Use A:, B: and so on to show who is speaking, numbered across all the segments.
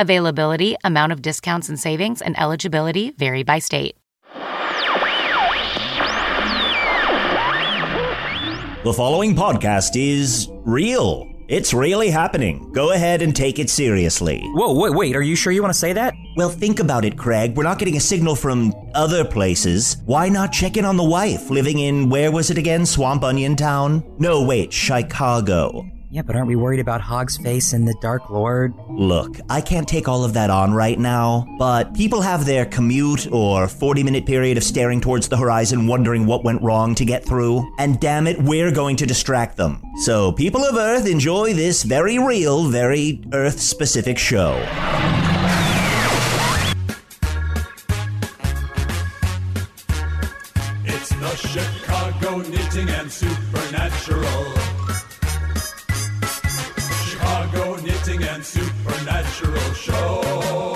A: Availability, amount of discounts and savings, and eligibility vary by state.
B: The following podcast is real. It's really happening. Go ahead and take it seriously.
C: Whoa, wait, wait, are you sure you want to say that?
B: Well, think about it, Craig. We're not getting a signal from other places. Why not check in on the wife living in, where was it again? Swamp Onion Town? No, wait, Chicago.
C: Yeah, but aren't we worried about Hog's face and the Dark Lord?
B: Look, I can't take all of that on right now, but people have their commute or 40 minute period of staring towards the horizon wondering what went wrong to get through, and damn it, we're going to distract them. So, people of Earth, enjoy this very real, very Earth specific show.
D: It's the Chicago Knitting and Supernatural. Chicago Knitting and Supernatural Show.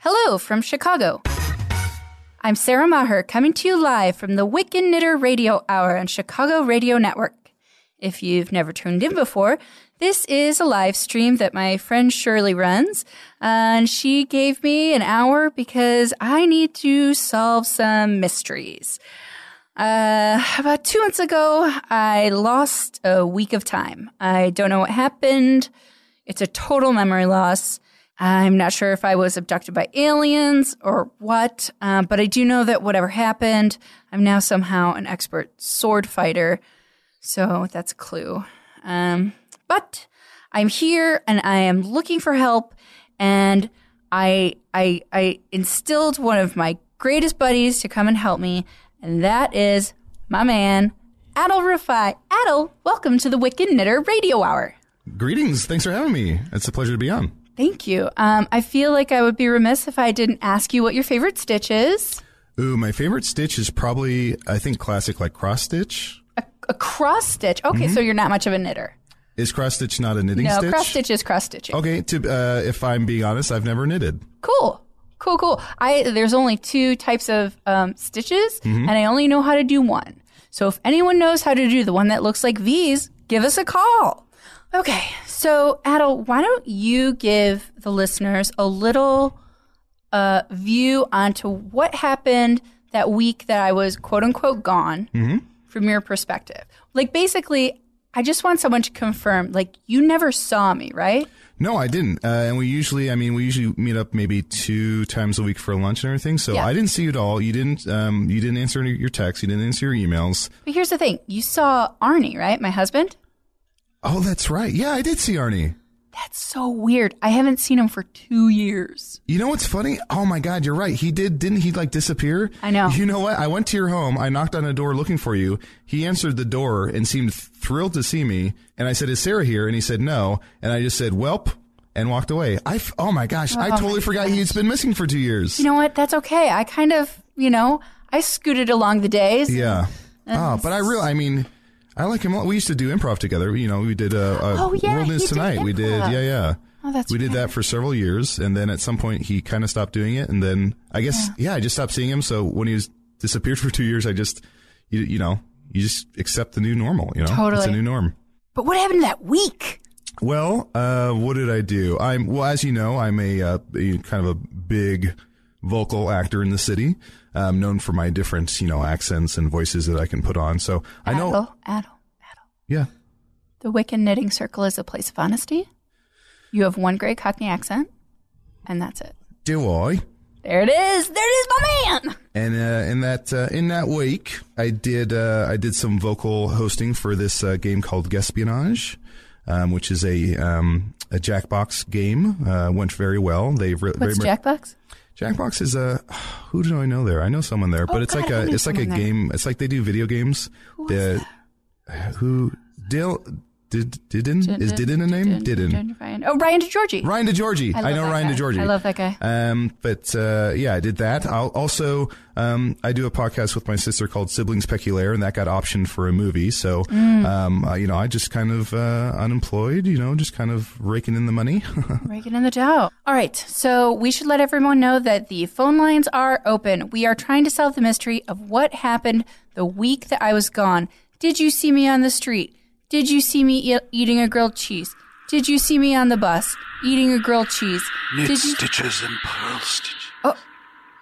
E: Hello from Chicago. I'm Sarah Maher coming to you live from the Wicked Knitter Radio Hour on Chicago Radio Network. If you've never tuned in before, this is a live stream that my friend Shirley runs, and she gave me an hour because I need to solve some mysteries. Uh, about two months ago, I lost a week of time. I don't know what happened. It's a total memory loss. I'm not sure if I was abducted by aliens or what, um, but I do know that whatever happened, I'm now somehow an expert sword fighter. So that's a clue. Um, but I'm here and I am looking for help. And I, I, I instilled one of my greatest buddies to come and help me, and that is my man, Adel Rafai. Adel, welcome to the Wicked Knitter Radio Hour.
F: Greetings. Thanks for having me. It's a pleasure to be on.
E: Thank you. Um, I feel like I would be remiss if I didn't ask you what your favorite stitch is.
F: Ooh, my favorite stitch is probably, I think, classic like cross stitch.
E: A, a cross stitch. Okay, so you're not much of a knitter.
F: Is cross stitch not a knitting
E: No,
F: stitch?
E: cross stitch is cross stitching.
F: Okay, to, uh, if I'm being honest, I've never knitted.
E: Cool. Cool, cool. I there's only two types of um, stitches, and I only know how to do one. So if anyone knows how to do the one that looks like these, give us a call. Okay, so Adel, why don't you give the listeners a little uh, view onto what happened that week that I was quote unquote gone
G: Mm-hmm.
E: from your perspective? Like basically, I just want someone to confirm. Like you never saw me, right?
F: No, I didn't. Uh, and we usually, I mean, we usually meet up maybe two times a week for lunch and everything. So
E: Yeah.
F: I didn't see you at all. You didn't, um, you didn't answer your texts. You didn't answer your emails.
E: But here's the thing: you saw Arnie, right? My husband.
F: Oh, that's right. Yeah, I did see Arnie.
E: That's so weird. I haven't seen him for two years.
F: You know what's funny? Oh my God, you're right. He did, didn't he like disappear?
E: I know.
F: You know what? I went to your home. I knocked on a door looking for you. He answered the door and seemed thrilled to see me. And I said, is Sarah here? And he said, no. And I just said, welp and walked away. I, f- oh my gosh. I
E: Oh
F: totally
E: my
F: forgot he's been missing for two years.
E: You know what? That's okay. I kind of, you know, I scooted along the days.
F: yeah. Oh, but I Ah, real, I mean, I like him. a lot. We used to do improv together. You know, we did uh, uh,
E: Oh, yeah,
F: World
E: you
F: News
E: did
F: Tonight. We did,
E: improv.
F: yeah, yeah.
E: Oh, that's
F: we did
E: right.
F: that for several years, and then at some point he kind of stopped doing it, and then I guess yeah. I just stopped seeing him. So when he was disappeared for two years, I just you, you know you just accept the new normal. You know, it's
E: Totally.
F: a new norm.
E: But what happened to that week?
F: Well, uh, what did I do? I'm well, as you know, I'm a, uh, a kind of a big vocal actor in the city, um, known for my different you know accents and voices that I can put on. So I know,
E: Addle, addle, addle.
F: yeah.
E: The Wiccan Knitting Circle is a place of honesty. You have one great Cockney accent, and that's it.
F: Do I?
E: There it is. There it is, my man.
F: And uh, in that uh, in that week, I did uh, I did some vocal hosting for this uh, game called Gespionage, um, which is a um, a Jackbox game. Uh, went very well. They re- very
E: What's
F: much-
E: Jackbox?
F: Jackbox is a who do I know there? I know someone there, but
E: Oh,
F: it's
E: God,
F: like
E: I
F: a
E: knew
F: it's like a
E: someone there.
F: game. It's like they do video games. Who who Dale did Didden is Didden a name? Didden.
E: Ryan. Oh, Ryan DeGiorgi.
F: Ryan DeGiorgi.
E: I
F: I,
E: love
F: know
E: that
F: Ryan
E: guy.
F: DeGiorgi.
E: I love that guy.
F: Um, but uh, yeah, I did that. I'll also um, I do a podcast with my sister called Siblings Peculaire, and that got optioned for a movie. So
E: Mm.
F: um, uh, you know, I just kind of uh, unemployed. You know, just kind of raking in the money.
E: Breaking in the dough. All right, so we should let everyone know that the phone lines are open. We are trying to solve the mystery of what happened the week that I was gone. Did you see me on the street? Did you see me e- eating a grilled cheese? Did you see me on the bus eating a grilled cheese? Did you?
G: stitches and pearl stitches.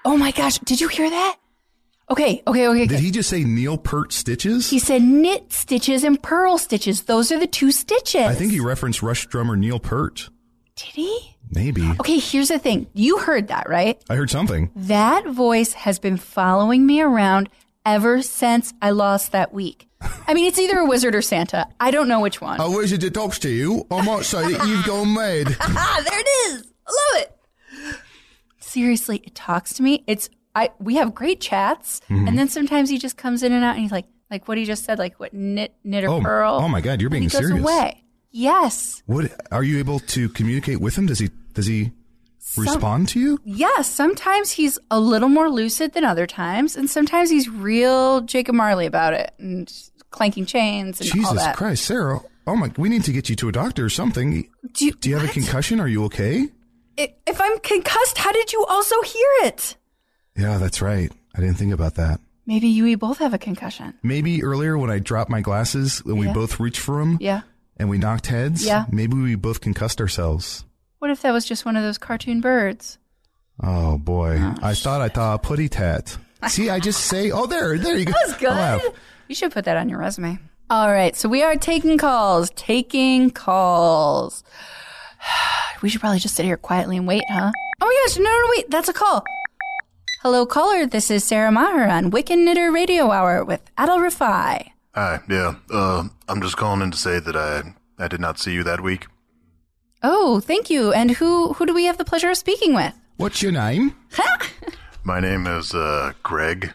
E: Oh my gosh! Did you hear that? Okay, okay, okay. okay.
F: did he just say Neil Pert Stitches?
E: He said knit stitches and pearl stitches. Those are the two stitches.
F: I think he referenced Rush drummer Neil Pert.
E: did. He.
F: Maybe.
E: Okay, here's the thing. You heard that, right?
F: I heard something.
E: That voice has been following me around ever since I lost that week. I mean, it's either a wizard or Santa. I don't know which one.
F: A wizard that talks to you, I might say that you've gone mad.
E: Ah, there it is. I love it. Seriously, it talks to me. It's I we have great chats, and then sometimes he just comes in and out, and he's like, like what he just said, like what knit knit or
F: Oh,
E: pearl.
F: oh my God, you're
E: And
F: being
E: he goes
F: serious.
E: away. Yes,
F: What are you able to communicate with him? Does he does he respond to you?
E: yes. Sometimes he's a little more lucid than other times, and sometimes he's real Jacob Marley about it and clanking chains and all
F: Jesus
E: that.
F: Christ, Sarah. Oh my we need to get you to a doctor or something.
E: Do you,
F: Do you have a
E: what?
F: concussion? Are you okay?
E: I- If I'm concussed, how did you also hear it?
F: Yeah, that's right. I didn't think about that.
E: Maybe you we both have a concussion.
F: Maybe earlier when I dropped my glasses and we
E: Yeah.
F: both reached for them
E: Yeah.
F: and we knocked heads,
E: Yeah.
F: maybe we both concussed ourselves.
E: What if that was just one of those cartoon birds?
F: Oh boy. I thought I saw a putty tat. See, I just say, oh, there, there you go.
E: That was
F: I laugh.
E: good. You should put that on your resume. All right, so we are taking calls, taking calls. We should probably just sit here quietly and wait, huh? Oh my gosh, no, no, wait, that's a call. Hello, caller. This is Sarah Maher on Wiccan Knitter Radio Hour with Adel Rafai.
G: Hi, yeah. Uh, I'm just calling in to say that I I did not see you that week.
E: Oh, thank you. And who who do we have the pleasure of speaking with?
F: What's your name?
G: My name is uh, Greg.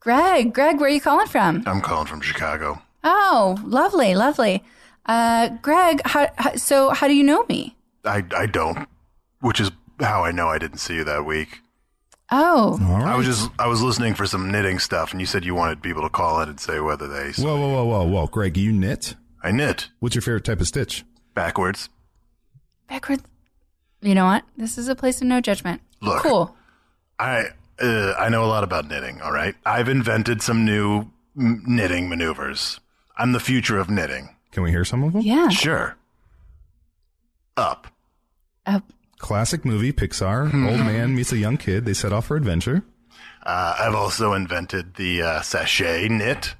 E: Greg. Greg, where are you calling from?
G: I'm calling from Chicago.
E: Oh, lovely, lovely. Uh, Greg, how, how, so how do you know me?
G: I I don't, which is how I know I didn't see you that week.
E: Oh,
F: All
G: I was just I was listening for some knitting stuff, and you said you wanted people to call in and say whether they. So
F: Whoa, whoa, whoa, whoa, whoa, Greg, you knit?
G: I knit
F: What's your favorite type of stitch?
G: backwards.
E: backward. You know what? This is a place of no judgment.
G: Look.
E: Cool.
G: I uh, I know a lot about knitting. All right, I've invented some new m- knitting maneuvers. I'm the future of knitting.
F: Can we hear some of them?
E: Yeah.
G: Sure. Up. Hmm.
E: Uh,
F: Classic movie, Pixar. Old man meets a young kid. They set off for adventure.
G: Uh, I've also invented the uh, sachet knit.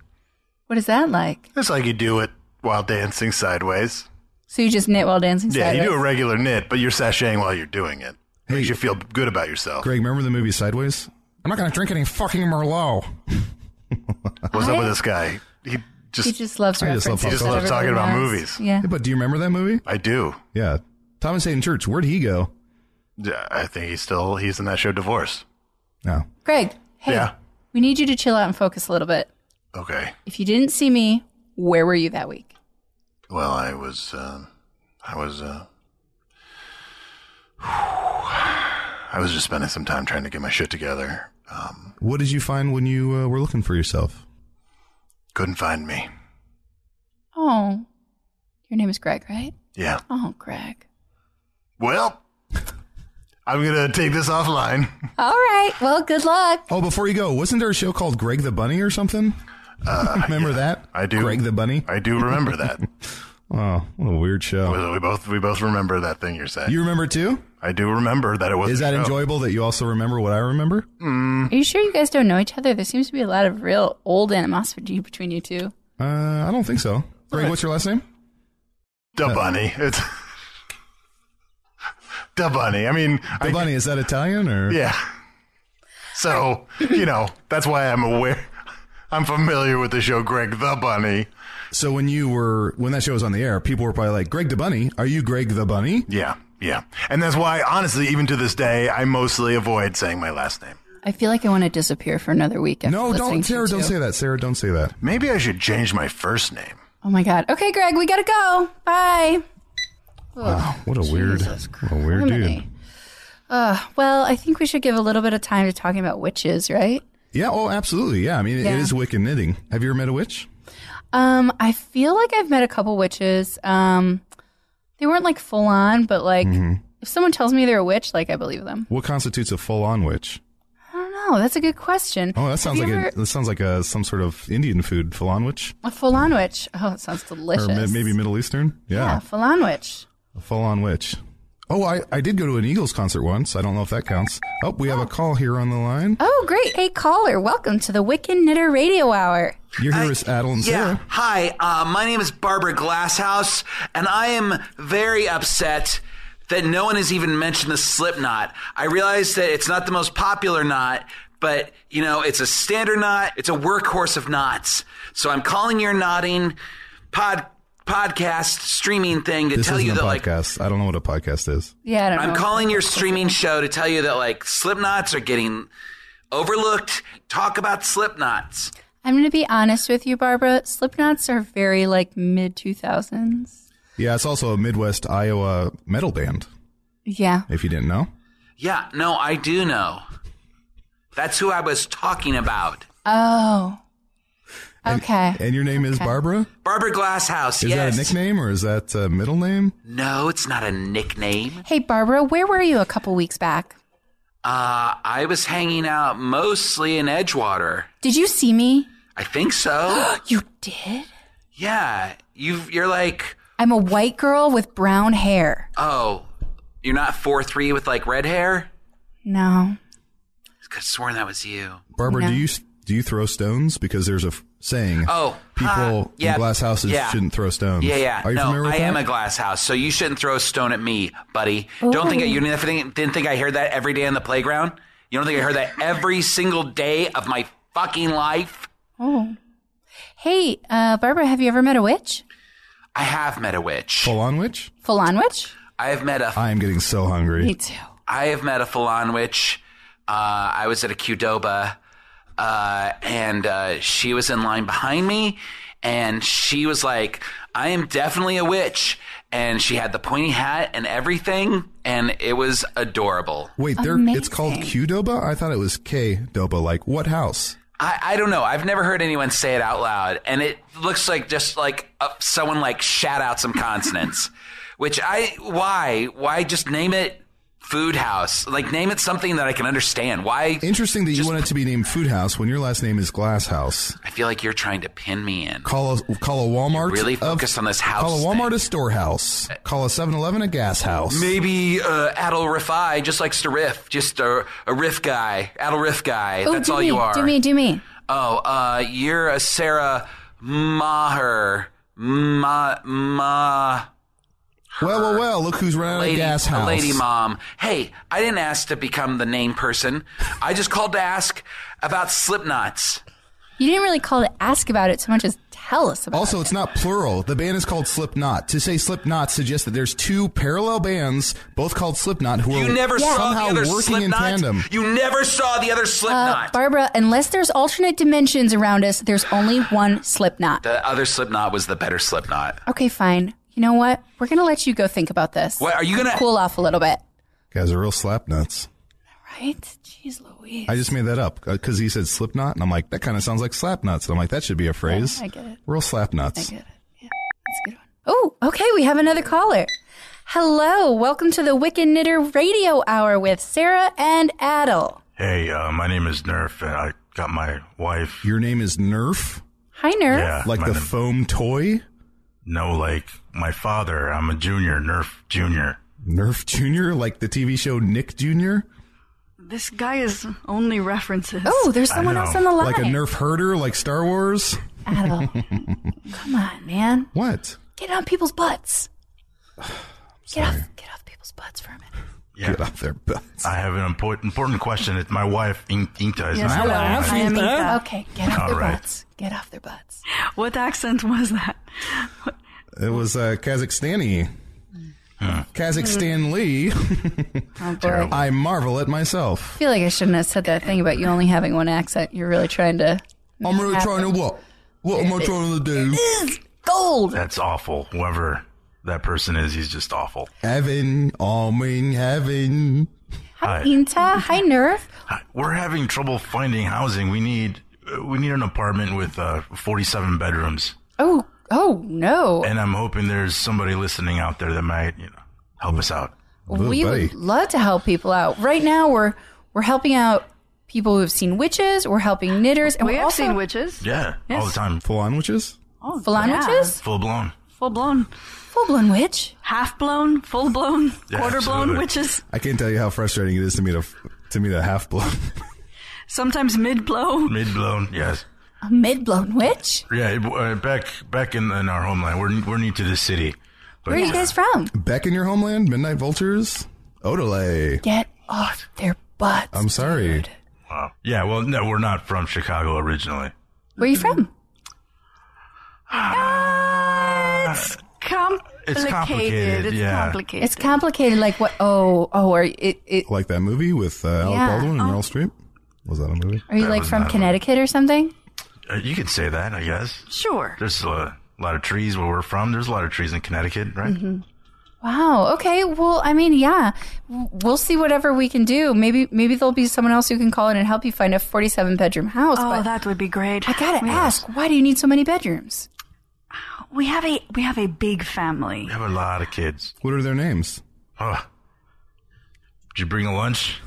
E: what is that like?
G: It's like you do it while dancing sideways.
E: So you just knit while dancing
G: Yeah, you do a
E: sideways?
G: regular knit, but you're sashaying while you're doing it. Makes
F: Hey.
G: you feel good about yourself.
F: Greg, remember the movie Sideways? I'm not going to drink any fucking Merlot.
G: What's
E: I-
G: up with this guy? He just,
E: He just loves
F: I just love pop
E: references.
G: culture. He just loves talking about
E: everybody
G: movies.
E: Yeah.
F: Yeah, but do you remember that movie?
G: I do.
F: Yeah. Thomas Hayden Church, where'd he go?
G: Yeah, I think he's still he's in that show Divorce.
F: No.
E: Greg, hey,
G: Yeah.
E: we need you to chill out and focus a little bit.
G: Okay.
E: If you didn't see me, where were you that week?
G: Well, I was, um, I was, uh, I was just spending some time trying to get my shit together. Um,
F: What did you find when you uh, were looking for yourself?
G: couldn't find me.
E: Oh, your name is Greg, right?
G: Yeah.
E: Oh, Greg.
G: Well, I'm going to take this offline.
E: All right. Well, good luck.
F: Oh, before you go, wasn't there a show called Greg the Bunny or something? Remember that?
G: Uh, I do.
F: Greg the Bunny.
G: I do remember that.
F: Oh, what a weird show.
G: we both we both remember that thing you're saying.
F: You remember too?
G: I do remember that it was.
F: Is
G: a
F: that
G: show. Hmm.
F: enjoyable that you also remember what I remember?
E: Are you sure you guys don't know each other? There seems to be a lot of real old animosity between you two.
F: Uh, I don't think so. Greg, what's your last name? Uh,
G: Da Bunny. It's Da Bunny. I mean,
F: The
G: I,
F: Bunny. Is that Italian or?
G: yeah. So you know that's why I'm aware. I'm familiar with the show Greg the Bunny.
F: So when you were when that show was on the air, people were probably like, "Greg the Bunny, are you Greg the Bunny?"
G: Yeah, yeah, and that's why, honestly, even to this day, I mostly avoid saying my last name.
E: I feel like I want to disappear for another week. After
F: No,
E: listening
F: don't,
E: to
F: Sarah,
E: you
F: don't
E: two.
F: say that. Sarah, don't say that.
G: Maybe I should change my first name.
E: Oh my god. Okay, Greg, we gotta go. Bye. Wow,
F: what a weird- what a weird dude.
E: Uh, well, I think we should give a little bit of time to talking about witches, right?
F: Yeah. Oh, absolutely. Yeah. I mean,
E: Yeah.
F: it is Wiccan knitting. Have you ever met a witch?
E: Um, I feel like I've met a couple witches. Um, they weren't like full on, but like
F: Mm-hmm.
E: if someone tells me they're a witch, like I believe them.
F: What constitutes a full-on witch?
E: I don't know. That's a good question.
F: Oh, that sounds
E: Have
F: like
E: you
F: a,
E: ever-
F: that sounds like a some sort of Indian food full-on witch,
E: a full on witch. Oh, that sounds
F: or
E: delicious.
F: ma- maybe Middle Eastern.
E: yeah,
F: Yeah,
E: full on witch.
F: a full-on witch. Oh, I, I did go to an Eagles concert once. I don't know if that counts. Oh, we have a call here on the line.
E: Oh, great! Hey, caller, welcome to the Wiccan Knitter Radio Hour.
F: You're here with Adel and
H: Yeah.
F: Sarah.
H: Hi, uh, my name is Barbara Glasshouse, and I am very upset that no one has even mentioned the slip knot. I realize that it's not the most popular knot, but you know, it's a standard knot, it's a workhorse of knots. So I'm calling your knotting pod podcast streaming thing to
F: This
H: tell
F: isn't
H: you
F: a
H: that like
F: podcast. I don't know what a podcast is.
E: Yeah, I don't know.
H: I'm calling your streaming show to tell you that like slip knots are getting overlooked. Talk about slip knots.
E: I'm going to be honest with you, Barbara. Slipknots are very like mid 2000s.
F: Yeah, it's also a Midwest Iowa metal band.
E: Yeah.
F: If you didn't know.
H: Yeah, no, I do know. That's who I was talking about.
E: Oh. Okay.
F: And your name is Barbara?
H: Barbara Glasshouse,
F: Is
H: yes.
F: that a nickname or is that a middle name?
H: No, it's not a nickname.
E: Hey, Barbara, where were you a couple weeks back?
H: Uh, I was hanging out mostly in Edgewater.
E: Did you see me?
H: I think so.
E: You did?
H: yeah, you you're like,
E: I'm a white girl with brown hair.
H: oh, you're not four three with like red hair.
E: No.
H: I could have sworn that was you.
F: Barbara,
E: No.
F: do you do you throw stones? Because there's a f- saying.
H: Oh,
F: people
H: huh, yeah,
F: in glass houses
H: yeah.
F: shouldn't throw stones.
H: Yeah, yeah.
F: um, Are you
H: no,
F: familiar with
H: I
F: that?
H: am a glass house, so you shouldn't throw a stone at me, buddy. Don't think I, you didn't think, didn't think I heard that every day on the playground. You don't think I heard that every single day of my fucking life?
E: Oh. Hey, uh, Barbara, have you ever met a witch?
H: I have met a witch.
F: full on witch.
E: Full on witch?
H: I have met a
F: I am getting so hungry.
E: too.
H: I have met a Falon witch. Uh, I was at a Qdoba, uh, and uh, she was in line behind me, and she was like, "I am definitely a witch," and she had the pointy hat and everything, and it was adorable.
F: Wait, there it's called
E: Amazing.
F: Qdoba? I thought it was K Doba. Like what house?
H: I, I don't know. I've never heard anyone say it out loud, and it looks like just like uh, someone like shout out some consonants, which I why why just name it food house like name it something that I can understand. Why
F: Interesting that you want it to be named Food House when your last name is Glass House.
H: I feel like you're trying to pin me in.
F: Call a call a Walmart.
H: really
F: a-
H: focused on this house
F: Call a Walmart
H: thing.
F: a storehouse. Call a 7-Eleven a gas house.
H: Maybe uh, Adel Rifai just likes to riff, just a, a riff guy, Adel riff guy. That's
E: Oh, do
H: all
E: me,
H: you are.
E: Do me, do me.
H: Oh, uh, you're a Sarah Maher. Ma, ma,
F: Well, well, well. Look who's running out
H: lady,
F: of gas
H: a
F: house.
H: lady mom. Hey, I didn't ask to become the name person. I just called to ask about Slipknots.
E: You didn't really call to ask about it so much as tell us about
F: Also,
E: it.
F: it's not plural. The band is called Slipknot. To say Slipknot suggests that there's two parallel bands, both called Slipknot, who
H: You
F: are
H: never saw the
F: somehow
H: other
F: working in
H: Slipknot.
F: tandem.
H: You never saw the other
E: Uh,
H: Slipknot.
E: Barbara, unless there's alternate dimensions around us, there's only one slip knot.
H: the other Slipknot was the better Slipknot.
E: Okay, fine. You know what? We're going to let you go think about this.
H: What are you gonna?
E: Cool off a little bit.
F: Guys are real slapnuts.
E: Right? Jeez Louise.
F: I just made that up because he said
E: Oh
F: Slipknot, and I'm like, that kind of sounds like slapnuts. And I'm like, that should be a phrase.
E: I get it.
F: Real slapnuts.
E: I get it. Yeah. Oh, okay. We have another caller. Hello. Welcome to the Wicked Knitter Radio Hour with Sarah and Adel.
G: Hey, uh, my name is Nerf, and I got my wife.
F: Your name is Nerf?
E: Hi, Nerf.
G: Yeah,
F: Like
G: my
F: the
G: name-
F: foam toy?
G: no, like my father. I'm a junior, Nerf Junior.
F: Nerf Jr., like the TV show Nick Jr.?
I: This guy is only references.
E: Oh, there's
G: I
E: someone
G: know.
E: else on the line.
F: Like a Nerf herder, like Star Wars?
E: Adel. Come on, man.
F: What?
E: Get on people's butts. Get off,
F: Sorry.
E: get off people's butts for a minute.
G: Yeah,
F: Get off their butts.
G: I have an important important question. It's my wife, In- Inta. Is
I: Yes,
G: not
I: hello.
G: online.
I: I am Ethan.
E: Okay, get off
G: All
E: their
G: right.
E: butts. Get off their butts.
I: What accent was that?
F: It was uh, Kazakhstani. Kazakhstan Lee.
E: Oh, boy.
F: I marvel at myself.
E: I feel like I shouldn't have said that thing about you only having one accent. You're really trying to.
F: I'm really trying to what? What am I trying to do?
E: Gold!
G: That's awful. Whoever that person is, he's just awful.
F: Heaven, I'm in heaven.
E: Hi,
G: Hi.
E: Inta. Hi, Nerf.
G: Hi. We're having trouble finding housing. We need uh, we need an apartment with uh, 47 bedrooms,
E: Oh, oh no.
G: and I'm hoping there's somebody listening out there that might you know help us out.
E: we
F: buddy.
E: would love to help people out. Right now, we're we're helping out people who have seen witches. We're helping knitters, and
I: We
E: we're
I: have
E: also
I: seen witches.
G: Yeah, all the
I: Yes.
G: time,
F: Full on witches?
I: Oh,
E: full on
I: yeah.
E: witches,
G: full blown.
I: Full blown.
E: full blown witch.
I: Half blown, full blown,
G: Yeah,
I: quarter
G: absolutely.
I: blown witches.
F: I can't tell you how frustrating it is to meet a to meet a half blood.
I: Sometimes mid blow.
G: Mid blown, yes.
E: A mid blown witch.
G: Yeah, it- uh, back back in, in our homeland, we're we're new to this city. But,
E: Where are you guys from?
F: Back in your homeland, Midnight Vultures, Odele.
E: Get off their butts.
F: I'm sorry.
E: dude.
G: Wow. Yeah, well, no, we're not from Chicago originally.
E: Where are you from?
I: Ah, Complicated.
G: It's complicated,
I: It's
G: yeah.
I: complicated.
E: It's complicated. Like what? Oh, oh. Are you- it? it
F: Like that movie with uh, Alec
E: Yeah. Oh.
F: Baldwin and Meryl Streep. Was that a movie?
E: are you
G: That
E: like
G: was
E: from
G: not-
E: Connecticut or something?
G: Uh, you could say that, I guess.
I: sure.
G: There's a lot of trees where we're from. There's a lot of trees in Connecticut, right?
E: Mm-hmm. Wow. Okay. Well, I mean, yeah. W- We'll see whatever we can do. Maybe, maybe there'll be someone else who can call in and help you find a 47 bedroom house.
I: Oh,
E: but
I: that would be great.
E: I gotta ask, why do you need so many bedrooms?
I: We have a we have a big family.
G: We have a lot of kids.
F: What are their names?
G: Oh. Did you bring a lunch?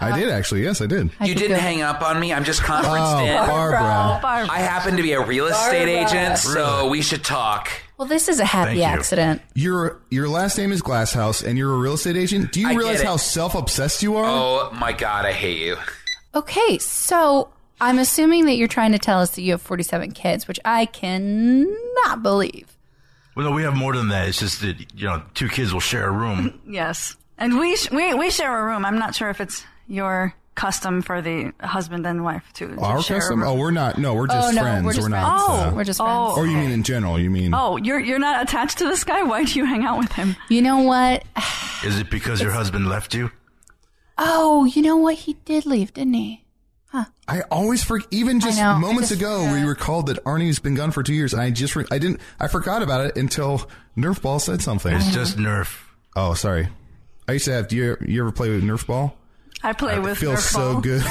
E: Oh.
F: I did actually. Yes, I did.
E: I
H: you
E: could
H: didn't
E: go-
H: hang up on me. I'm just conferenced
F: Oh,
H: in.
F: Barbara.
H: I happen to be a real estate agent, so we should talk.
E: Well, this is a
G: Thank
E: happy
G: you.
E: accident.
F: Your your last name is Glasshouse, and you're a real estate agent. Do you
H: I get
F: realize
H: it.
F: how self obsessed you are?
H: Oh my god, I hate you.
E: Okay, so I'm assuming that you're trying to tell us that you have 47 kids, which I cannot believe.
G: Well, no, we have more than that. It's just that, you know, two kids will share a room.
I: Yes, and we sh- we we share a room. I'm not sure if it's your custom for the husband and wife to, to
F: Our
I: share a
F: custom?
I: room.
F: Oh, we're not. No, we're just
E: oh no,
F: friends.
E: we're just friends.
F: not. uh,
E: we're just
I: Oh.
E: friends.
F: or you mean in general? You mean?
I: Oh, you're you're not attached to this guy. Why do you hang out with him?
E: You know what?
G: Is it because your husband left you?
E: Oh, you know what? He did leave, didn't he?
F: I always forget. Even just
E: know, I
F: moments
E: just
F: ago, we recalled that Arnie's been gone for two years, and I just re- I didn't I forgot about it until Nerf Ball said something.
G: It's just Nerf.
F: Oh, sorry. I used to have. Do you, you ever play with Nerf Ball?
I: I play
F: it
I: with
F: feels
I: Nerf
F: so
I: ball.
F: good.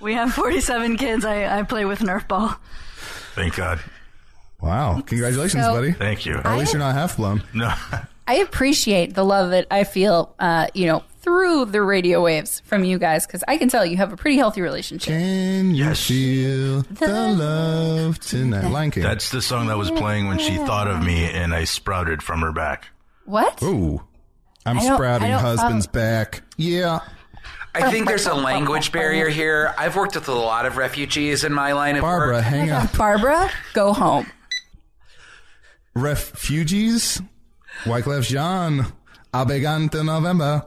I: We have 47 kids. I, I play with Nerf ball.
G: Thank God.
F: wow! Congratulations,
E: So-
F: buddy.
G: Thank you.
F: Or at least you're not half blown.
G: No.
E: I appreciate the love that I feel, uh, you know, through the radio waves from you guys, because I can tell you have a pretty healthy relationship.
F: Can you
G: Yes.
F: feel the love tonight? Lion King.
G: That's the song that was playing when she thought of me and I sprouted from her back.
E: What?
F: Ooh. I'm
E: don't-
F: sprouting
E: I don't
F: husband's back. Yeah.
H: I think there's a language barrier here. I've worked with a lot of refugees in my line of
F: Barbara,
H: work.
E: Oh
F: hang up.
E: Barbara, go home.
F: Refugees? Wyclef Jean. Abegante November.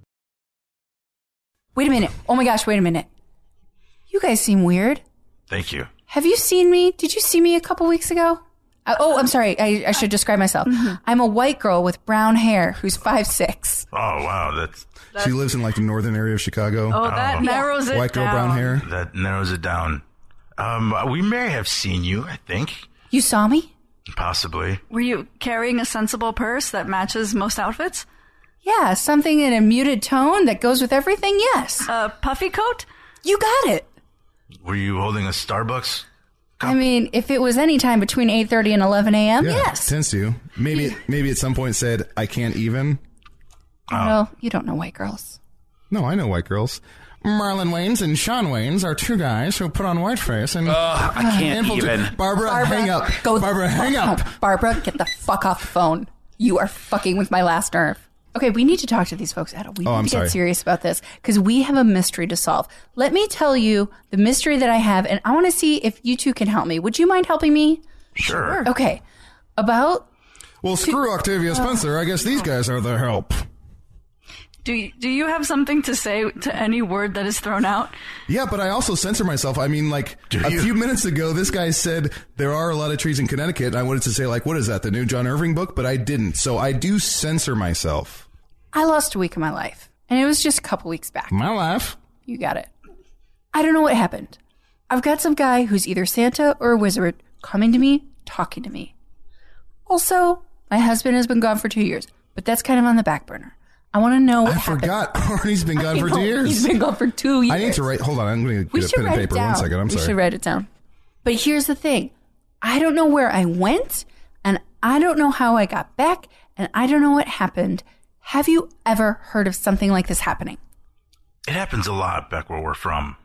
E: Wait a minute. Oh my gosh, wait a minute. You guys seem weird.
G: Thank you.
E: Have you seen me? Did you see me a couple weeks ago? Uh, oh, I'm sorry. I, I should describe myself. I'm a white girl with brown hair who's five six.
G: Oh wow, that's,
F: she lives in like the northern area of Chicago.
I: Oh, that narrows it
F: White girl, brown
I: down.
F: hair.
G: That narrows it down. Um, we may have seen you. I think
E: You saw me?
G: possibly.
I: Were you carrying a sensible purse that matches most outfits?
E: Yeah, something in a muted tone that goes with everything. Yes.
I: A puffy coat?
E: You got it.
G: Were you holding a Starbucks?
E: I mean, if it was any time between 8:30 and 11 a.m.,
F: Yeah,
E: yes.
F: Tends to. Maybe maybe at some point said, I can't even.
G: Oh.
E: No, Oh, you don't know white girls.
F: No, I know white girls. Marlon Waynes and Sean Waynes are two guys who put on whiteface and
G: I can't even.
F: Barbara, hang up.
E: Go
F: Barbara, hang
E: fuck
F: up.
E: home. Barbara, get the fuck off the phone. You are fucking with my last nerve. Okay, we need to talk to these folks, Adam. We
F: Oh,
E: need
F: I'm
E: to
F: sorry.
E: get serious about this because we have a mystery to solve. Let me tell you the mystery that I have, and I want to see if you two can help me. Would you mind helping me?
G: Sure.
E: Okay. About
F: Well, screw Octavia Spencer. I guess these guys are the help.
I: Do you, do you have something to say to any word that is thrown out?
F: Yeah, but I also censor myself. I mean, like a few minutes ago, this guy said there are a lot of trees in Connecticut. And I wanted to say, like, what is that? The new John Irving book? But I didn't. So I do censor myself.
E: I lost a week of my life, and it was just a couple weeks back.
F: My life.
E: You got it. I don't know what happened. I've got some guy who's either Santa or a wizard coming to me, talking to me. Also, my husband has been gone for two years, but that's kind of on the back burner. I want to know what
F: I
E: happened.
F: forgot. Arnie's been gone
E: I
F: for
E: know,
F: two years.
E: He's been gone for two years.
F: I need to write. Hold on. I'm going to
E: We
F: get a
E: should
F: pen
E: write
F: and
E: it
F: paper.
E: down.
F: One second. I'm
E: We
F: sorry.
E: should write it down. But here's the thing: I don't know where I went, and I don't know how I got back, and I don't know what happened. Have you ever heard of something like this happening?
G: It happens a lot back where we're from.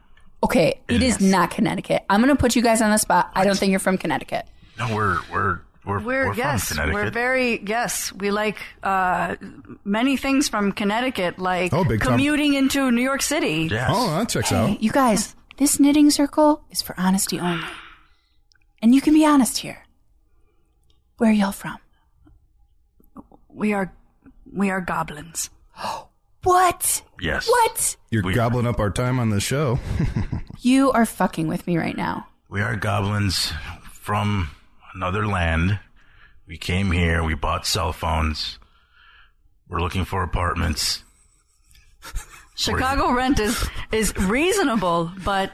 E: Okay, it is not Connecticut. I'm going to put you guys on the spot. I don't think you're from Connecticut.
G: No, we're we're we're
I: We're,
G: we're
I: yes,
G: from Connecticut.
I: we're very yes. We like uh, many things from Connecticut, like
F: Oh, big time.
I: commuting into New York City.
F: Yes. Oh, that checks out.
E: Hey, you guys, this knitting circle is for honesty only. And you can be honest here. Where are y'all from?
I: We are we are goblins.
E: What?
G: Yes.
E: What?
F: You're gobbling up our time on the show.
E: You are fucking with me right now.
G: We are goblins from another land. We came here. We bought cell phones. We're looking for apartments.
I: Chicago rent is is reasonable, but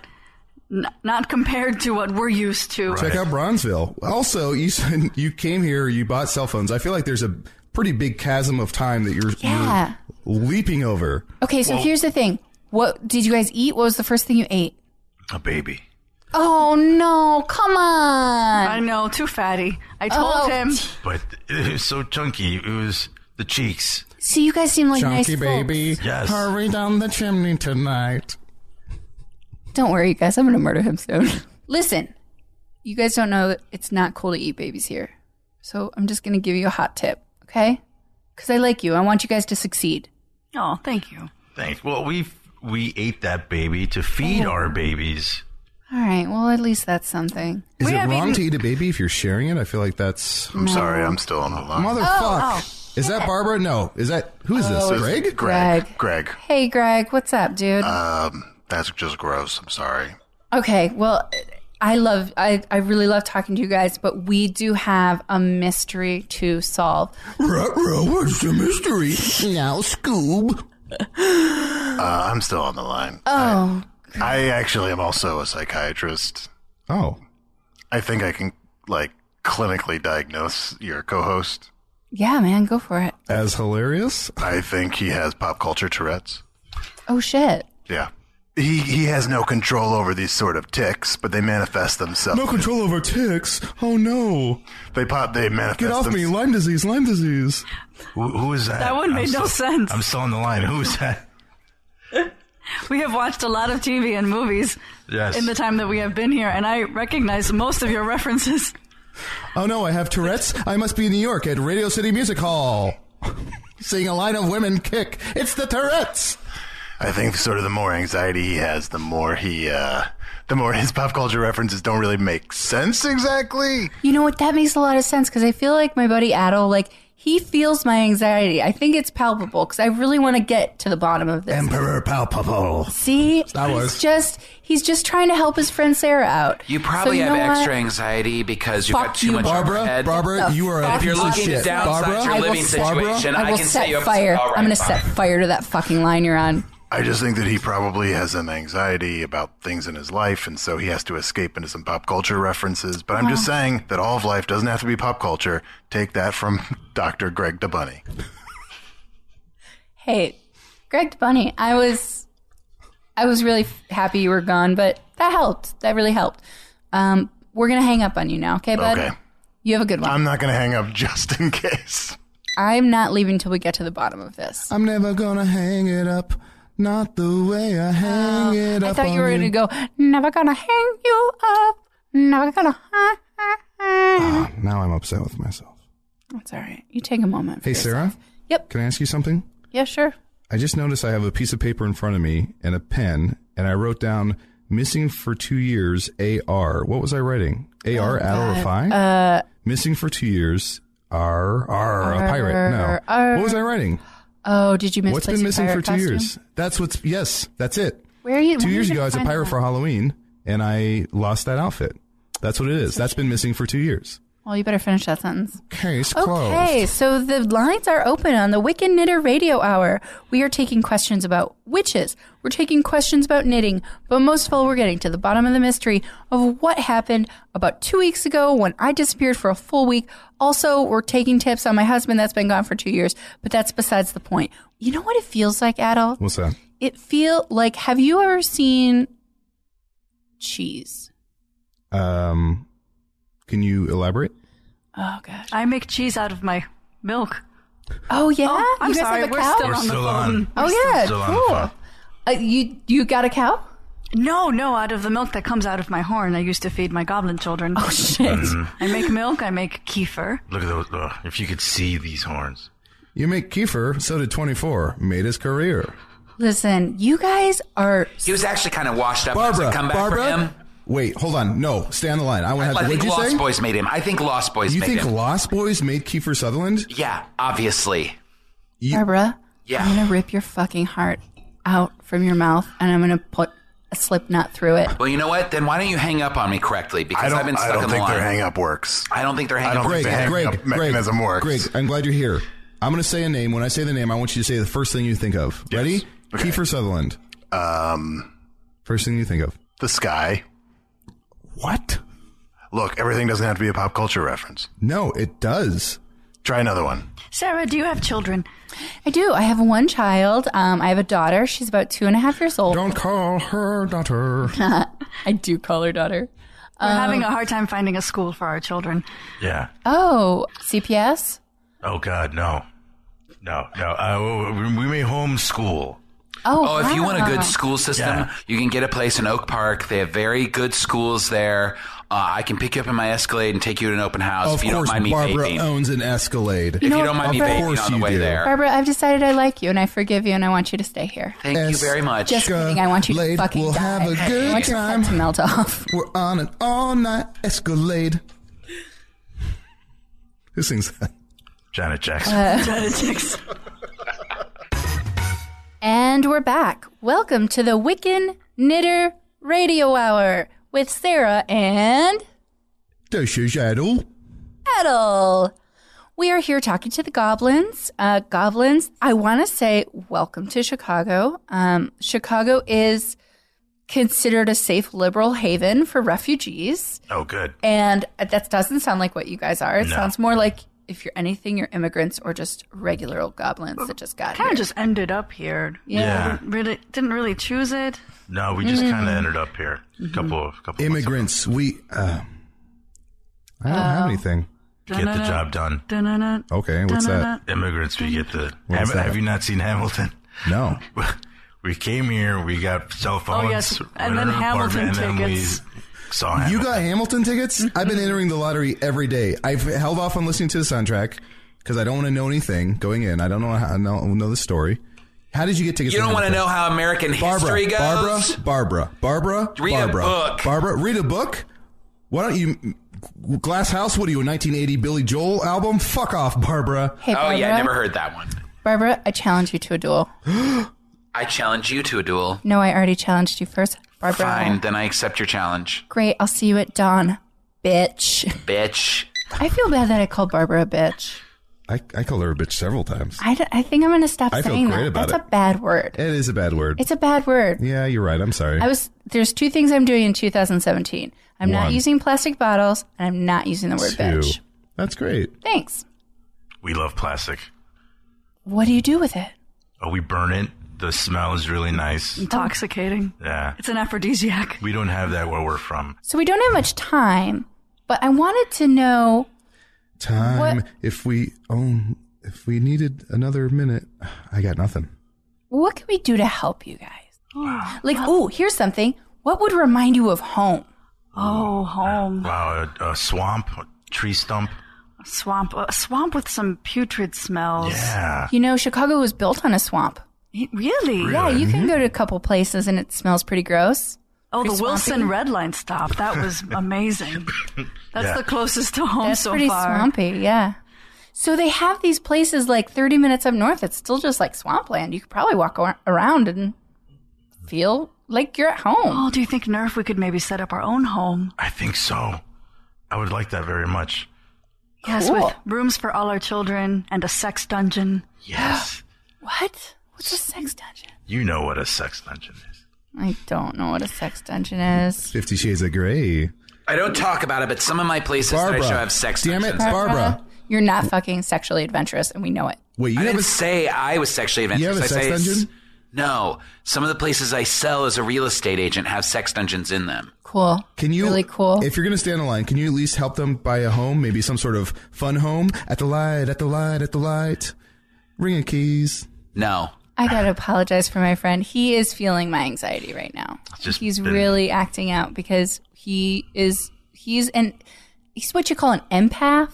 I: n- not compared to what we're used to.
F: Check out Bronzeville. Also, you said you came here, you bought cell phones. I feel like there's a pretty big chasm of time that you're,
E: Yeah.
F: you're leaping over.
E: Okay, so here's the thing. What did you guys eat? What was the first thing you ate?
G: A baby.
E: Oh no, come on.
I: I know, too fatty. I told
E: Oh.
I: him.
G: But it was so chunky. It was the cheeks.
E: See, you guys seem like nice
F: Chunky
E: folks.
F: baby,
G: Yes.
F: hurry down the chimney tonight.
E: Don't worry, you guys. I'm going to murder him soon. Listen, you guys don't know that it's not cool to eat babies here. So I'm just going to give you a hot tip, okay? Because I like you. I want you guys to succeed.
I: Oh, thank you.
G: Thanks. Well, we we ate that baby to
I: Oh.
G: feed our babies.
E: All right. Well, at least that's something.
F: Is
I: We
F: it
I: have
F: wrong
I: eaten-
F: to eat a baby if you're sharing it? I feel like that's
G: I'm sorry. I'm still on the
E: Oh,
G: line.
F: motherfuck. is that Barbara? No. Is that who is this? Greg?
E: Greg.
G: Oh, Greg.
E: Hey, Greg. What's up, dude?
F: Uh,
G: Um, that's just gross. I'm sorry.
E: Okay, well, I love, I, I really love talking to you guys, but we do have a mystery to solve.
F: what's the mystery? Now, Scoob.
G: Uh, I'm still on the line.
E: Oh,
G: I actually am also a psychiatrist.
F: Oh.
G: I think I can like clinically diagnose your co-host.
E: yeah, man, go for it.
F: As hilarious?
G: I think he has pop culture Tourette's.
E: Oh shit.
J: Yeah. He, he has no control over these sort of ticks, but they manifest themselves.
F: No control over ticks. Oh no!
J: They pop. They manifest.
F: Get off
J: them-
F: me! Lyme disease. Lyme disease.
G: Who, who is that?
I: That one
G: I'm
I: made no
G: still-
I: sense.
G: I'm still on the line. Who is that?
I: We have watched a lot of TV and movies
F: Yes.
I: in the time that we have been here, and I recognize most of your references.
F: Oh no! I have Tourette's. I must be in New York at Radio City Music Hall. Seeing a line of women kick. It's the Tourette's.
J: I think sort of the more anxiety he has, the more he, uh, the more his pop culture references don't really make sense exactly.
E: You know what? That makes a lot of sense because I feel like my buddy Adel, like he feels my anxiety. I think it's palpable because I really want to get to the bottom of this.
J: Emperor Palpable.
E: See,
J: Star Wars.
E: he's just he's just trying to help his friend Sarah out.
H: You probably
E: So you
H: have
E: know
H: extra
E: what?
H: anxiety because you've
E: Fuck
H: got too
E: you,
H: much
E: Barbara,
H: overhead.
F: Barbara, you are a
H: If you're
F: piece of
H: looking
F: shit.
H: at downsides
F: Barbara?
H: to your
F: I will
H: living
F: set- Barbara?
H: situation,
E: I will
H: can
E: set
H: set you up.
E: fire.
J: all right,
E: I'm gonna
J: fine.
E: set fire to that fucking line you're on.
J: I just think that he probably has an anxiety about things in his life, and so he has to escape into some pop culture references. But I'm just
E: Wow.
J: saying that all of life doesn't have to be pop culture. Take that from Dr. Greg DeBunny.
E: Hey, Greg Bunny, I was I was really f- happy you were gone, but that helped. That really helped. Um, we're gonna hang up on you now, okay, bud?
J: Okay.
E: You have a good one.
J: I'm not going to hang up just in case.
E: I'm not leaving till we get to the bottom of this.
F: I'm never gonna hang it up. Not the way I hang it up.
E: Oh, I thought
F: on
E: you were gonna go. Never gonna hang you up. Never gonna.
F: Now I'm upset with myself.
E: That's all right. You take a moment.
F: Hey, Sarah.
E: Yep.
F: Can I ask you something?
E: Yeah, sure.
F: I just noticed I have a piece of paper in front of me and a pen, and I wrote down missing for two years AR. What was I writing? AR,
E: Oh,
F: Adel or Fi?
E: God. Uh,
F: missing for two years R, R, a pirate. No.
E: R.
F: What was I writing?
E: Oh, did you miss?
F: What's been missing for two years? That's what's, yes, that's it.
E: Where are you?
F: two
E: where
F: years
E: did
F: ago, I was a
E: find
F: pirate
E: that?
F: for Halloween, and I lost that outfit. That's what it is. That's been missing for two years.
E: Well, you better finish that sentence.
F: Case closed.
E: Okay, so the lines are open on the Wiccan Knitter Radio Hour. We are taking questions about witches. We're taking questions about knitting, but most of all, we're getting to the bottom of the mystery of what happened about two weeks ago when I disappeared for a full week. Also, we're taking tips on my husband that's been gone for two years, but that's besides the point. You know what it feels like, Adult?
F: What's that?
E: It feel like have you ever seen cheese?
F: Um, can you elaborate?
E: Oh gosh,
I: I make cheese out of my milk.
E: Oh yeah,
I: Oh, I'm
E: you guys
I: sorry,
E: have a
I: we're
E: cow?
I: still We're on the still phone. on.
E: Oh
I: We're still-
E: yeah,
I: still on the
E: cool.
I: phone.
E: Uh, you you got a cow?
I: No, no, out of the milk that comes out of my horn, I used to feed my goblin children. Oh
E: shit!
I: I make milk. I make kefir.
G: Look at those. ugh, if you could see these horns.
F: You make Kiefer, so did 24. Made his career.
E: Listen, you guys are.
H: He was actually kind of washed up.
F: Barbara,
H: Come back
F: Barbara.
H: for him.
F: Wait, hold on. No, stay on the line. I want to
H: I
F: have.
H: think
F: What'd you
H: Lost
F: say?
H: Boys made him. I think Lost Boys
F: you
H: made
F: think
H: him.
F: Lost Boys made Kiefer Sutherland?
H: yeah, obviously.
E: Barbara,
H: Yeah.
E: I'm gonna rip your fucking heart out from your mouth, and I'm gonna put a slip knot through it.
H: Well, you know what? Then why don't you hang up on me correctly?
J: I
H: Because
J: don't-
H: I've been
J: I
H: stuck
J: don't
H: on the
J: think
H: line.
J: their hang up works.
H: I don't think their hang
J: I
H: up
J: don't
H: works.
J: think the hang
F: Greg,
J: up
F: Greg,
J: mechanism works.
F: Greg, I'm glad you're here. I'm going to say a name. When I say the name, I want you to say the first thing you think of. Ready? Kiefer Sutherland.
J: Um,
F: First thing you think of.
J: the sky.
F: What?
J: Look, everything doesn't have to be a pop culture reference.
F: No, it does.
J: Try another one.
I: Sarah, do you have children?
E: I do. I have one child. Um, I have a daughter. She's about two and a half years old. Oh,
F: Don't call her daughter.
E: I do call her daughter.
I: We're
E: Um,
I: having a hard time finding a school for our children.
G: Yeah.
E: Oh, CPS.
G: Oh God, no, no, no. Uh, we- we may homeschool.
E: Oh,
H: Oh, if you want a
E: wow.
H: good school system, you can get a place in Oak Park. They have very good schools there. Uh, I can pick you up in my Escalade and take you to an open house
F: of
H: if you
F: course,
H: don't mind me
F: Barbara
H: vaping.
F: owns an Escalade.
H: If you don't mind me
F: of
H: vaping
F: course
H: on the
F: you
H: way
F: do.
H: there.
E: Barbara, I've decided I like you and I forgive you and I want you to stay here.
H: Thank you very much.
E: Just kidding. I want you to
F: Escalade
E: fucking
F: will
E: die.
F: have a good
E: I want your head
F: time.
E: to melt off.
F: We're on an all night Escalade. Who sings that?
G: Janet Jackson.
E: Uh, And we're back. Welcome to the Wiccan Knitter Radio Hour with Sarah and
F: This is Adel.
E: Adel. We are here talking to the goblins. Uh, goblins, I want to say welcome to Chicago. Um, Chicago is considered a safe liberal haven for refugees.
G: Oh, good.
E: And that doesn't sound like what you guys are. It
G: No.
E: sounds more like if you're anything, you're immigrants or just regular old goblins that just got
I: Kind
E: here.
I: of just ended up here.
G: Yeah.
I: Didn't really didn't really choose it.
G: No, we just
I: Mm.
G: kind of ended up here. A
I: Mm-hmm.
G: couple of couple.
F: Immigrants, we. Uh, I don't
I: Oh.
F: have anything.
G: Get the job done.
I: Dun-dun-dun.
F: Okay, what's that?
G: Immigrants, we get the.
F: What's
G: Have,
F: that?
G: have you not seen Hamilton?
F: No.
G: we came here. We got cell phones.
I: Oh, yes,
G: rented
I: and then
G: an apartment,
I: Hamilton
G: and then we
I: tickets.
G: saw him.
F: You got Hamilton tickets? I've been entering the lottery every day. I've held off on listening to the soundtrack because I don't want to know anything going in. I don't know how, I don't know the story. How did you get tickets?
H: You
F: to
H: don't want to
F: Hamilton?
H: know how American
F: Barbara,
H: history goes.
F: Barbara, Barbara, Barbara,
H: Read a
F: Barbara,
H: book.
F: Barbara, read a book. Why don't you, Glass House? What are you, a 1980 Billy Joel album? Fuck off, Barbara.
E: Hey,
H: oh yeah, I
E: Barbara.
H: never heard that one.
E: Barbara, I challenge you to a duel.
H: I challenge you to a duel.
E: No, I already challenged you first, Barbara.
H: Fine, then I accept your challenge,
E: Great, I'll see you at dawn, bitch.
H: bitch.
E: I feel bad that I called Barbara a bitch.
F: I, I called her a bitch several times.
E: I, d- I think I'm gonna stop
F: I feel
E: saying
F: great
E: that.
F: about
E: That's
F: it.
E: a bad word.
F: It is a bad word.
E: It's a bad word.
F: yeah, you're right. I'm sorry.
E: I was there's two things I'm doing in 2017. I'm not
F: One.
E: using plastic bottles and I'm not using the word
F: Two.
E: bitch.
F: That's great.
E: Thanks.
G: We love plastic.
E: What do you do with it?
G: Oh, we burn it. The smell is really nice.
I: Intoxicating.
G: Yeah.
I: It's an aphrodisiac.
G: We don't have that where we're from.
E: So we don't have much time, but I wanted to know
F: Time.
E: What-
F: If we own, if we needed another minute, I got nothing.
E: what can we do to help you guys? Like, oh, here's something. What would remind you of home?
I: Oh, home.
G: Wow, a, a swamp, a tree stump.
I: A swamp. A swamp with some putrid smells.
G: Yeah.
E: You know, Chicago was built on a swamp.
I: Y- Really?
E: Yeah, you
F: Mm-hmm.
E: can go to a couple places and it smells pretty gross.
I: Oh, the
E: Pretty
I: Wilson
E: swampy.
I: Red Line stop. That was amazing. That's
E: Yeah.
I: the closest to home
E: That's
I: so
E: pretty
I: far.
E: swampy, yeah. So they have these places like 30 minutes up north. It's still just like swampland. You could probably walk ar- around and feel like you're at home.
I: Oh, do you think Nerf? We could maybe set up our own home.
G: I think so. I would like that very much.
I: Yes,
E: Cool.
I: with rooms for all our children and a sex dungeon.
G: Yes.
E: What? What's a sex dungeon?
G: you know what a sex dungeon is.
E: I don't know what a sex dungeon is.
F: Fifty Shades of Grey.
H: I don't talk about it, but some of my places that
F: Barbara,
H: I show have sex.
F: damn it,
H: dungeons.
F: Barbara.
E: You're not fucking sexually adventurous, and we know it.
F: Wait, you
H: I
F: have
H: didn't
F: a
H: say I was sexually adventurous.
F: You have a
H: I
F: sex
H: say s-
F: dungeon?
H: No, some of the places I sell as a real estate agent have sex dungeons in them.
E: Cool.
F: Can you
E: Really cool.
F: If you're going to stand in line, can you at least help them buy a home, maybe some sort of fun home? At the light, at the light, at the light. Ring of keys.
H: No,
E: I gotta apologize for my friend. He is feeling my anxiety right now.
G: Just
E: he's
G: been-
E: really acting out because he is he's an he's what you call an empath.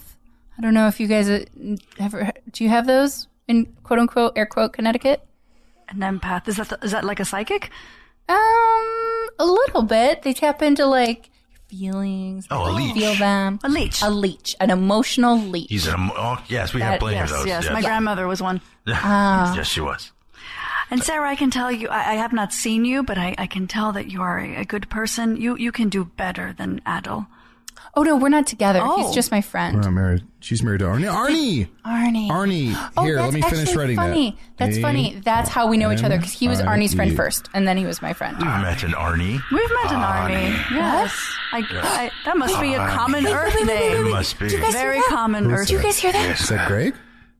E: I don't know if you guys uh, ever do you have those in quote unquote air quote Connecticut?
I: An empath. Is that the, is that like a psychic?
E: Um, a little bit. They tap into like feelings.
G: Oh, a leech.
E: Feel them.
I: A leech.
E: A leech. An emotional leech.
G: He's an. em- Oh, yes, we have
E: That-
G: plenty
I: yes,
G: of those.
I: yes.
G: Yes,
I: My grandmother was one.
E: Ah.
G: yes, she was.
I: And Sarah, I can tell you, I, I have not seen you, but I, I can tell that you are a, a good person. You you can do better than Adel.
E: Oh no, we're not together.
I: Oh.
E: He's just my friend.
F: We're not married. She's married to Arnie. Arnie!
E: Arnie.
F: Arnie,
E: Oh,
F: here,
E: that's
F: let me finish
E: actually
F: writing
E: funny.
F: that.
E: That's
F: A-
E: funny. That's how we know each other because he was
F: M- I-
E: Arnie's friend
F: E.
E: first, and then he was my friend.
G: You met an Arnie.
I: We've met an
G: Arnie.
I: army. Yes. I, I, that must be a
G: Arnie.
I: common
G: Wait,
I: Earth
G: It
I: name.
G: must be.
I: Very common
F: Who's
I: Earth.
F: Do you guys
I: hear that?
F: Is that Greg?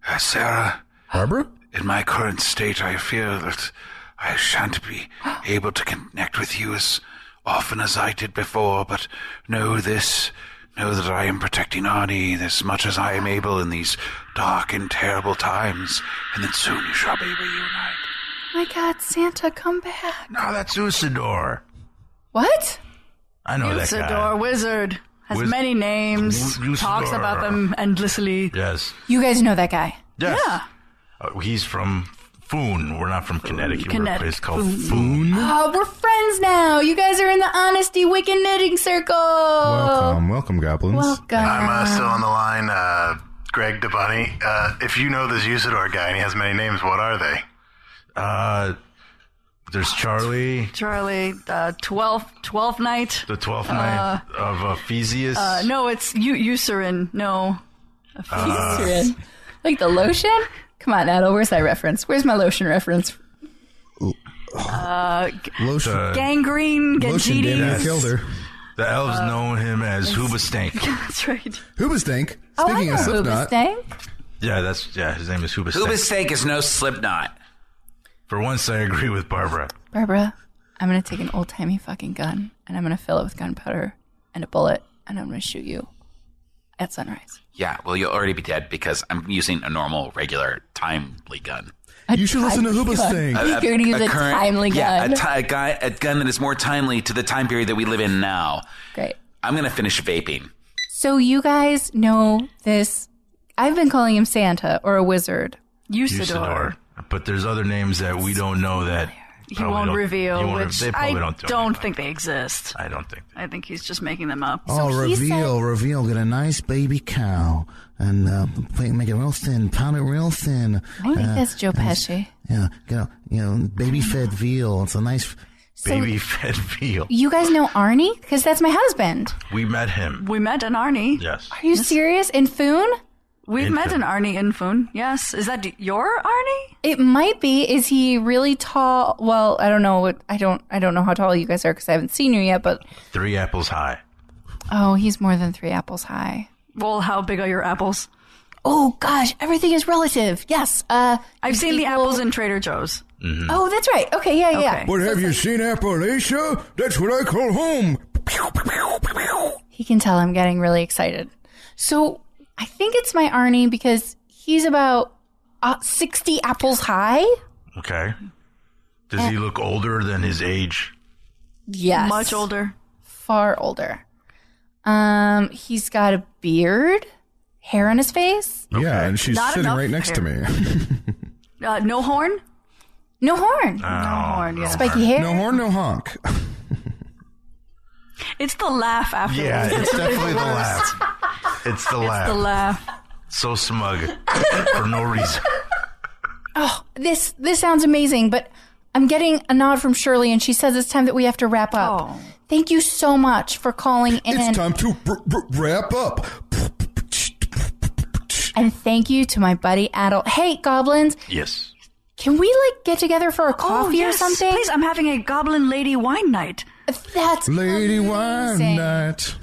K: uh, Sarah,
F: Barbara?
K: in my current state, I feel that I shan't be able to connect with you as often as I did before, but know this. Know that I am protecting Arnie as much as I am able in these dark and terrible times, and that soon you shall be reunited.
E: my God, Santa, come back!
G: No, Ah, that's Usador.
E: What?
G: I know that guy.
I: Usador, wizard, has
G: Wiz-
I: many names,
G: Us-
I: talks
G: Usador.
I: about them endlessly.
G: Yes.
E: You guys know that guy?
G: Yes.
I: Yeah.
G: Uh, he's from Foon. We're not from Connecticut. We're a
I: Connecticut.
G: place called
I: Foon.
F: Mm-hmm.
G: Foon.
E: Oh, we're friends now. You guys are in the honesty wicked knitting circle.
F: Welcome, welcome, goblins.
E: Welcome.
J: I'm uh, still on the line. Uh, Greg Devani, uh, if you know this Usador guy and he has many names, what are they?
G: Uh, there's Charlie,
I: Charlie, uh, 12th, 12th night.
G: the 12th night of Ephesius.
I: Uh, no, it's U- Usurin. No.
G: uh,
E: Usador. like the lotion? Come on, Adel. Where's that reference? Where's my lotion reference?
I: Uh, g-
F: Lotion.
I: gangrene,
G: Uh,
F: Lotion damn near
I: gangitis.
F: killed her.
G: The
I: Uh,
G: elves know him as Hoobastank.
I: That's right.
F: Hoobastank.
E: Oh,
F: Speaking
E: I
F: of
E: know
F: Slipknot.
E: Hoobastank.
G: Yeah, that's yeah. His name is Hoobastank.
H: Hoobastank is no Slipknot.
G: For once, I agree with Barbara.
E: Barbara, I'm gonna take an old timey fucking gun and I'm gonna fill it with gunpowder and a bullet and I'm gonna shoot you at sunrise.
H: Yeah, well, you'll already be dead because I'm using a normal, regular, timely gun.
F: You should listen to Hoobastank.
E: You're gonna use a, timely
H: yeah,
E: gun.
H: A, ti- a guy, a gun that is more timely to the time period that we live in now.
E: Great.
H: I'm going to finish vaping.
E: so you guys know this. I've been calling him Santa or a wizard.
G: Usador. But there's other names that we don't know that
I: He
G: probably
I: won't
G: don't-
I: reveal,
G: he won't re-
I: which
G: they
I: I
G: probably don't. tell
I: don't think they exist.
G: I don't think.
I: I think he's just making them up.
L: Oh, reveal, reveal. Get a nice baby cow and uh, play- make it real thin, pound it real thin.
E: I think
L: Uh,
E: that's Joe
L: and it's-
E: Pesci.
L: Yeah, get a, you know, baby fed veal. It's a nice
E: So- Baby
G: fed veal.
E: You guys know Arnie? Because that's my husband.
G: We met him.
I: We met an Arnie.
G: Yes.
E: Are you serious? In Foon?
I: We've
G: In
I: met
G: Foon.
I: an Arnie in Foon. Yes. Is that d- your Arnie?
E: It might be. Is he really tall? Well, I don't know. What I don't. I don't know how tall you guys are because I haven't seen you yet. But
G: Three apples high.
E: oh, he's more than three apples high.
I: Well, how big are your apples?
E: Oh gosh, everything is relative. Yes. Uh,
I: I've seen the apples in Trader Joe's.
G: Hmm.
E: Oh, that's right. Okay. Yeah. Yeah.
I: Okay.
M: But have you seen Appalachia? That's what I call home.
E: He can tell I'm getting really excited. So I think it's my Arnie because he's about uh, sixty apples high.
G: Okay. Does
I: Eh.
G: he look older than his age?
E: Yes.
I: Much older.
E: Far older. Um, he's got a beard, hair on his face.
F: Yeah, and she's
I: Not
F: sitting
I: enough
F: right next to me.
I: Uh, no horn?
E: No horn.
I: no horn, yeah.
E: Spiky hair.
F: No horn, no honk.
I: It's the laugh after.
G: Yeah, it's definitely the laugh. It's the laugh.
I: The laugh.
G: So smug for no reason.
E: Oh, this this sounds amazing, but I'm getting a nod from Shirley, and she says it's time that we have to wrap up.
I: Oh.
E: Thank you so much for calling in,
F: It's time to r- r- wrap up.
E: and thank you to my buddy Adult. Hey, goblins,
G: Yes.
E: can we like get together for a coffee
I: Oh, yes,
E: or something?
I: Please, I'm having a goblin lady wine night.
E: That's
F: Lady
E: amazing.
F: Wine Night.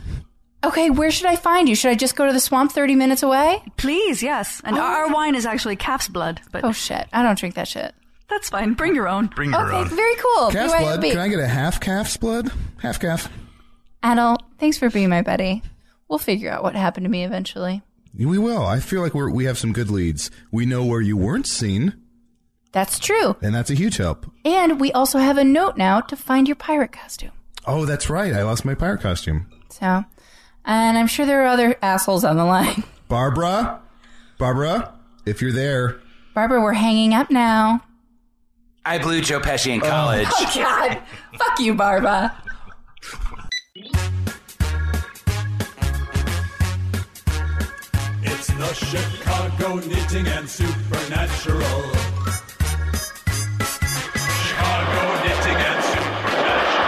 E: Okay, where should I find you? Should I just go to the swamp thirty minutes away?
I: Please, yes. And our, our wine is actually calf's blood, but
E: Oh shit, I don't drink that shit.
I: that's fine. Bring your own.
G: Bring
E: Okay, very cool.
F: Calf's
E: BYOB.
F: blood. Can I get a half calf's blood? Half calf.
E: Adult, thanks for being my buddy. We'll figure out what happened to me eventually.
F: We will. I feel like we're, we have some good leads. We know where you weren't seen,
E: That's true.
F: and that's a huge help.
E: And we also have a note now to find your pirate costume.
F: Oh, that's right. I lost my pirate costume.
E: So, and I'm sure there are other assholes on the line.
F: Barbara? Barbara? If you're there.
E: Barbara, we're hanging up now.
H: I blew Joe Pesci in college.
E: Oh, God. Fuck you, Barbara.
D: It's the Chicago Knitting and Supernatural. Chicago Knitting and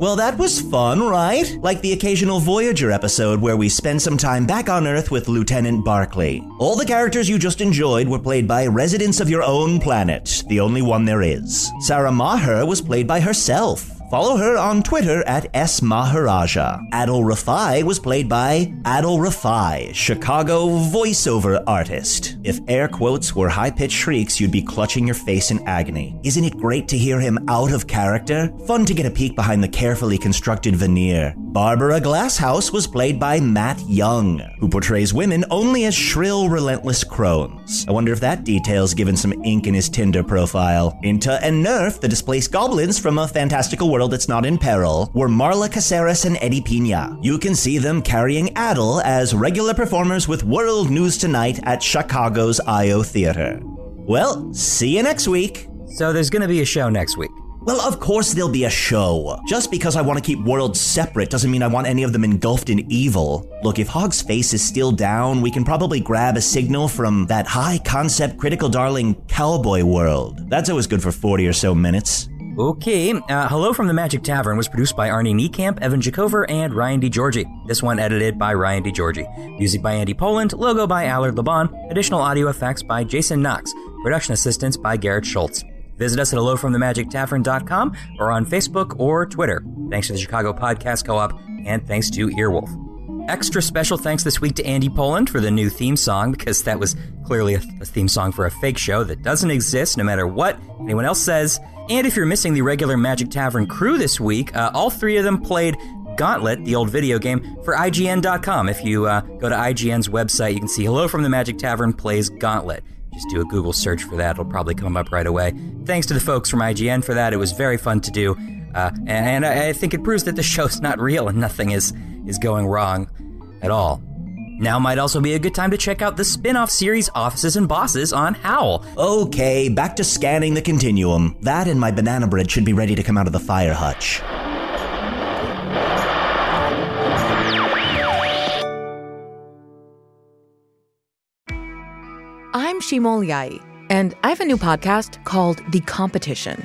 B: Well, that was fun, right? Like the occasional Voyager episode where we spend some time back on Earth with Lieutenant Barclay. All the characters you just enjoyed were played by residents of your own planet, the only one there is. Sarah Maher was played by herself. Follow her on Twitter at S Maharaja. Adol Rafai was played by Adol Rafai, Chicago voiceover artist. If air quotes were high pitched shrieks, you'd be clutching your face in agony. Isn't it great to hear him out of character? Fun to get a peek behind the carefully constructed veneer. Barbara Glasshouse was played by Matt Young, who portrays women only as shrill, relentless crones. I wonder if that detail's given some ink in his Tinder profile. Inta and Nerf, the displaced goblins from a fantastical world that's not in peril, were Marla Caceres and Eddie Pina. You can see them carrying Adel as regular performers with World News Tonight at Chicago's IO Theater. Well, see you next week.
C: So there's going to be a show next week.
B: Well, of course there'll be a show. Just because I want to keep worlds separate doesn't mean I want any of them engulfed in evil. Look, if Hog's face is still down, we can probably grab a signal from that high concept critical darling cowboy world. That's always good for 40 or so minutes.
C: Okay, uh, Hello from the Magic Tavern was produced by Arnie Niekamp, Evan Jacover, and Ryan DiGiorgi. This one edited by Ryan DiGiorgi. Music by Andy Poland, logo by Allard Laban, additional audio effects by Jason Knox, production assistance by Garrett Schultz. Visit us at hellofromthemagictavern.com or on Facebook or Twitter. Thanks to the Chicago Podcast Co op and thanks to Earwolf. Extra special thanks this week to Andy Poland for the new theme song because that was clearly a, a theme song for a fake show that doesn't exist no matter what anyone else says. And if you're missing the regular Magic Tavern crew this week, uh, all three of them played Gauntlet, the old video game, for IGN.com. If you uh, go to IGN's website, you can see Hello from the Magic Tavern plays Gauntlet. Just do a Google search for that, it'll probably come up right away. Thanks to the folks from IGN for that. It was very fun to do. Uh, and and I, I think it proves that the show's not real and nothing is, is going wrong at all. Now might also be a good time to check out the spin off series Offices and Bosses on Howl.
B: Okay, back to scanning the continuum. That and my banana bread should be ready to come out of the fire hutch.
N: I'm Shimol Yai, and I have a new podcast called The Competition.